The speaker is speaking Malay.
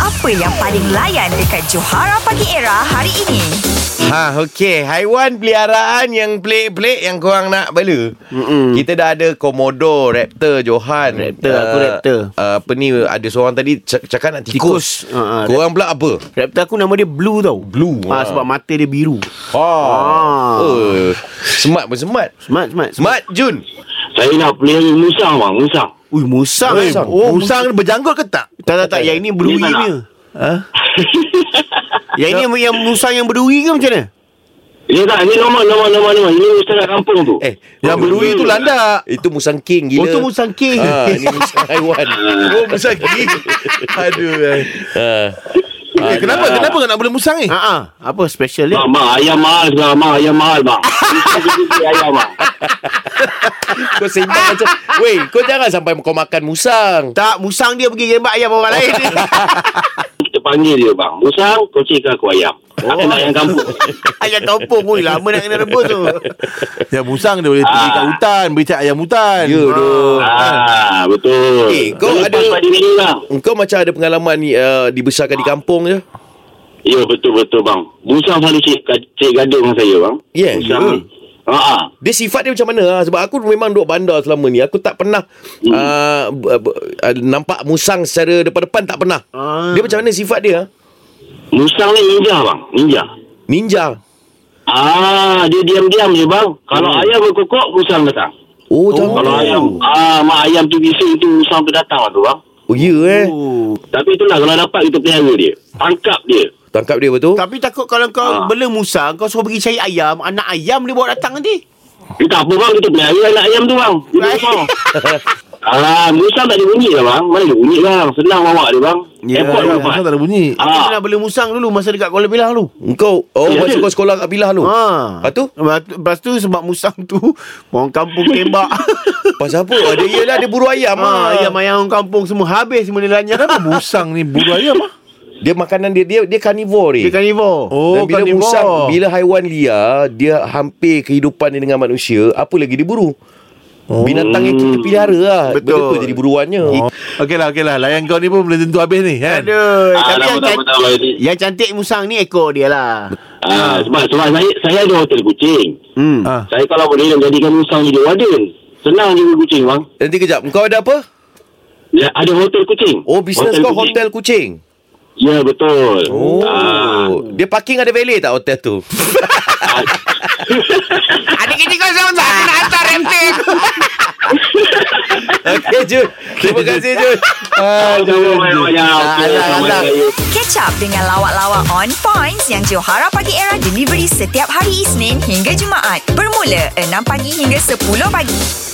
Apa yang paling layan dekat Johara Pagi Era hari ini? Ha, okey. Haiwan peliharaan yang pelik-pelik yang korang nak bela. Mm-mm. Kita dah ada Komodo, Raptor, Johan. Raptor, aku Raptor. Uh, apa ni, ada seorang tadi cak- cakap nak tikus. Tikus. Ha, ha, korang pula apa? Raptor aku nama dia Blue tau Blue, ah. ha, Sebab mata dia biru Ha. Ah. Uh, smart pun smart. Smart smart Smart Jun. Saya nak pelihara musang bang, musang. Ui musang eh. Musang. Oh musang Musang berjanggut ke tak? Tak tak tak Yang ini berduri Ni mana? punya ha? Yang ini yang musang yang berduri ke macam mana? Ini tak, ini normal, normal, normal, normal. Ini musang kat kampung tu. Eh, Yang berduri tu landak. Itu musang king gila. Oh, tu musang king. Ah, Ha, ni musang haiwan. Oh musang gigi Aduh eh. eh kenapa? Kenapa kau nak beli musang ni? Ha ah. Apa special dia? eh. Bang, bang, ayam mahal sekarang, bang. Ayam mahal, bang. Kita beli ayam, bang. kau sembang macam, "Wei, kau jangan sampai kau makan musang." Tak musang dia pergi gembak ayam orang lain. Kita panggil dia, bang. Musang, kau cikkan aku ayam. Oh, nak yang kampung. ayam topong pun lama nak kena rebus tu. Ya musang dia boleh pergi kat hutan, beli cak ayam hutan. Ya, doh. ah, betul. Eh, kau Lepas ada- pada ni, bang. Engkau macam ada pengalaman ni uh, dibesarkan di kampung je. Ya, betul-betul, bang. Musang selalu cik, cik gaduh dengan saya, bang. Ya, Musang. ya. Ha, ah. Dia sifat dia macam mana? Ha? Sebab aku memang duduk bandar selama ni. Aku tak pernah hmm. uh, b- b- uh, nampak musang secara depan-depan tak pernah. Ah. Dia macam mana sifat dia? ha? Musang ni ninja, bang. Ninja. Ninja. Ah, dia diam-diam je, bang. Kalau Hmm. ayam berkokok, musang datang. Oh, oh. Kalau ayam ah, Mak ayam tu bising tu Usang tu datang lah tu bang Oh, ya eh. Oh. Tapi itulah Kalau dapat kita pelihara dia Tangkap dia Tangkap dia betul? Tapi takut kalau kau Ah. bela musang, kau suruh pergi cari ayam, anak ayam dia bawa datang nanti. Eh tak apa bang Kita pelihara anak ayam tu bang Dia Right. besar. Alah Musang tak ada bunyi lah bang Mana ada bunyi bang Senang bawa dia bang Ya, Airport tu ya, musang tak bang ada bunyi. Aku Ah. pernah bela musang dulu masa dekat Kuala Pilah tu. Engkau oh Ya, masa dia. kau sekolah kat Bilah tu. Ha. Lepas tu Lepas tu, lepas tu sebab musang tu orang kampung tembak. pasal apa? Oh, dia ialah dia buru ayam ha, ah. ayam-ayam orang kampung semua habis semua nilainya. Kenapa musang ni bulu ayam ah? Dia makanan dia dia dia karnivor Dia karnivor. Oh, Dan bila carnivore. musang, bila haiwan liar, dia hampir kehidupan dia dengan manusia, apa lagi dia buru? Oh. Binatang yang kita pelihara lah. Betul. Betul. Betul jadi buruannya. Oh. Oh. Okeylah, okeylah. Layan kau ni pun belum tentu habis ni kan. Aduh, Ah, tapi lama yang, tak can- apa, tak apa, Aziz. yang cantik musang ni ekor dia lah. ah, Sebab, sebab saya, saya ada hotel kucing Hmm. Ah. Saya kalau boleh nak Jadikan musang jadi warden Senang juga kucing bang Nanti kejap, kau ada apa? Ya, ada hotel kucing Oh, bisnes kau hotel kucing. Ya betul Oh. ah. Dia parking ada valet tak hotel tu? ah. Adik kita kau sama tak nak hantar reptil. Okey, Jun. Terima kasih, Jun. Aduh, banyak-banyak. Okey, Alah, selamat alah. raya. Catch up dengan lawak-lawak on points yang Johara Pagi Era delivery setiap hari Isnin hingga Jumaat bermula 6 pagi hingga 10 pagi.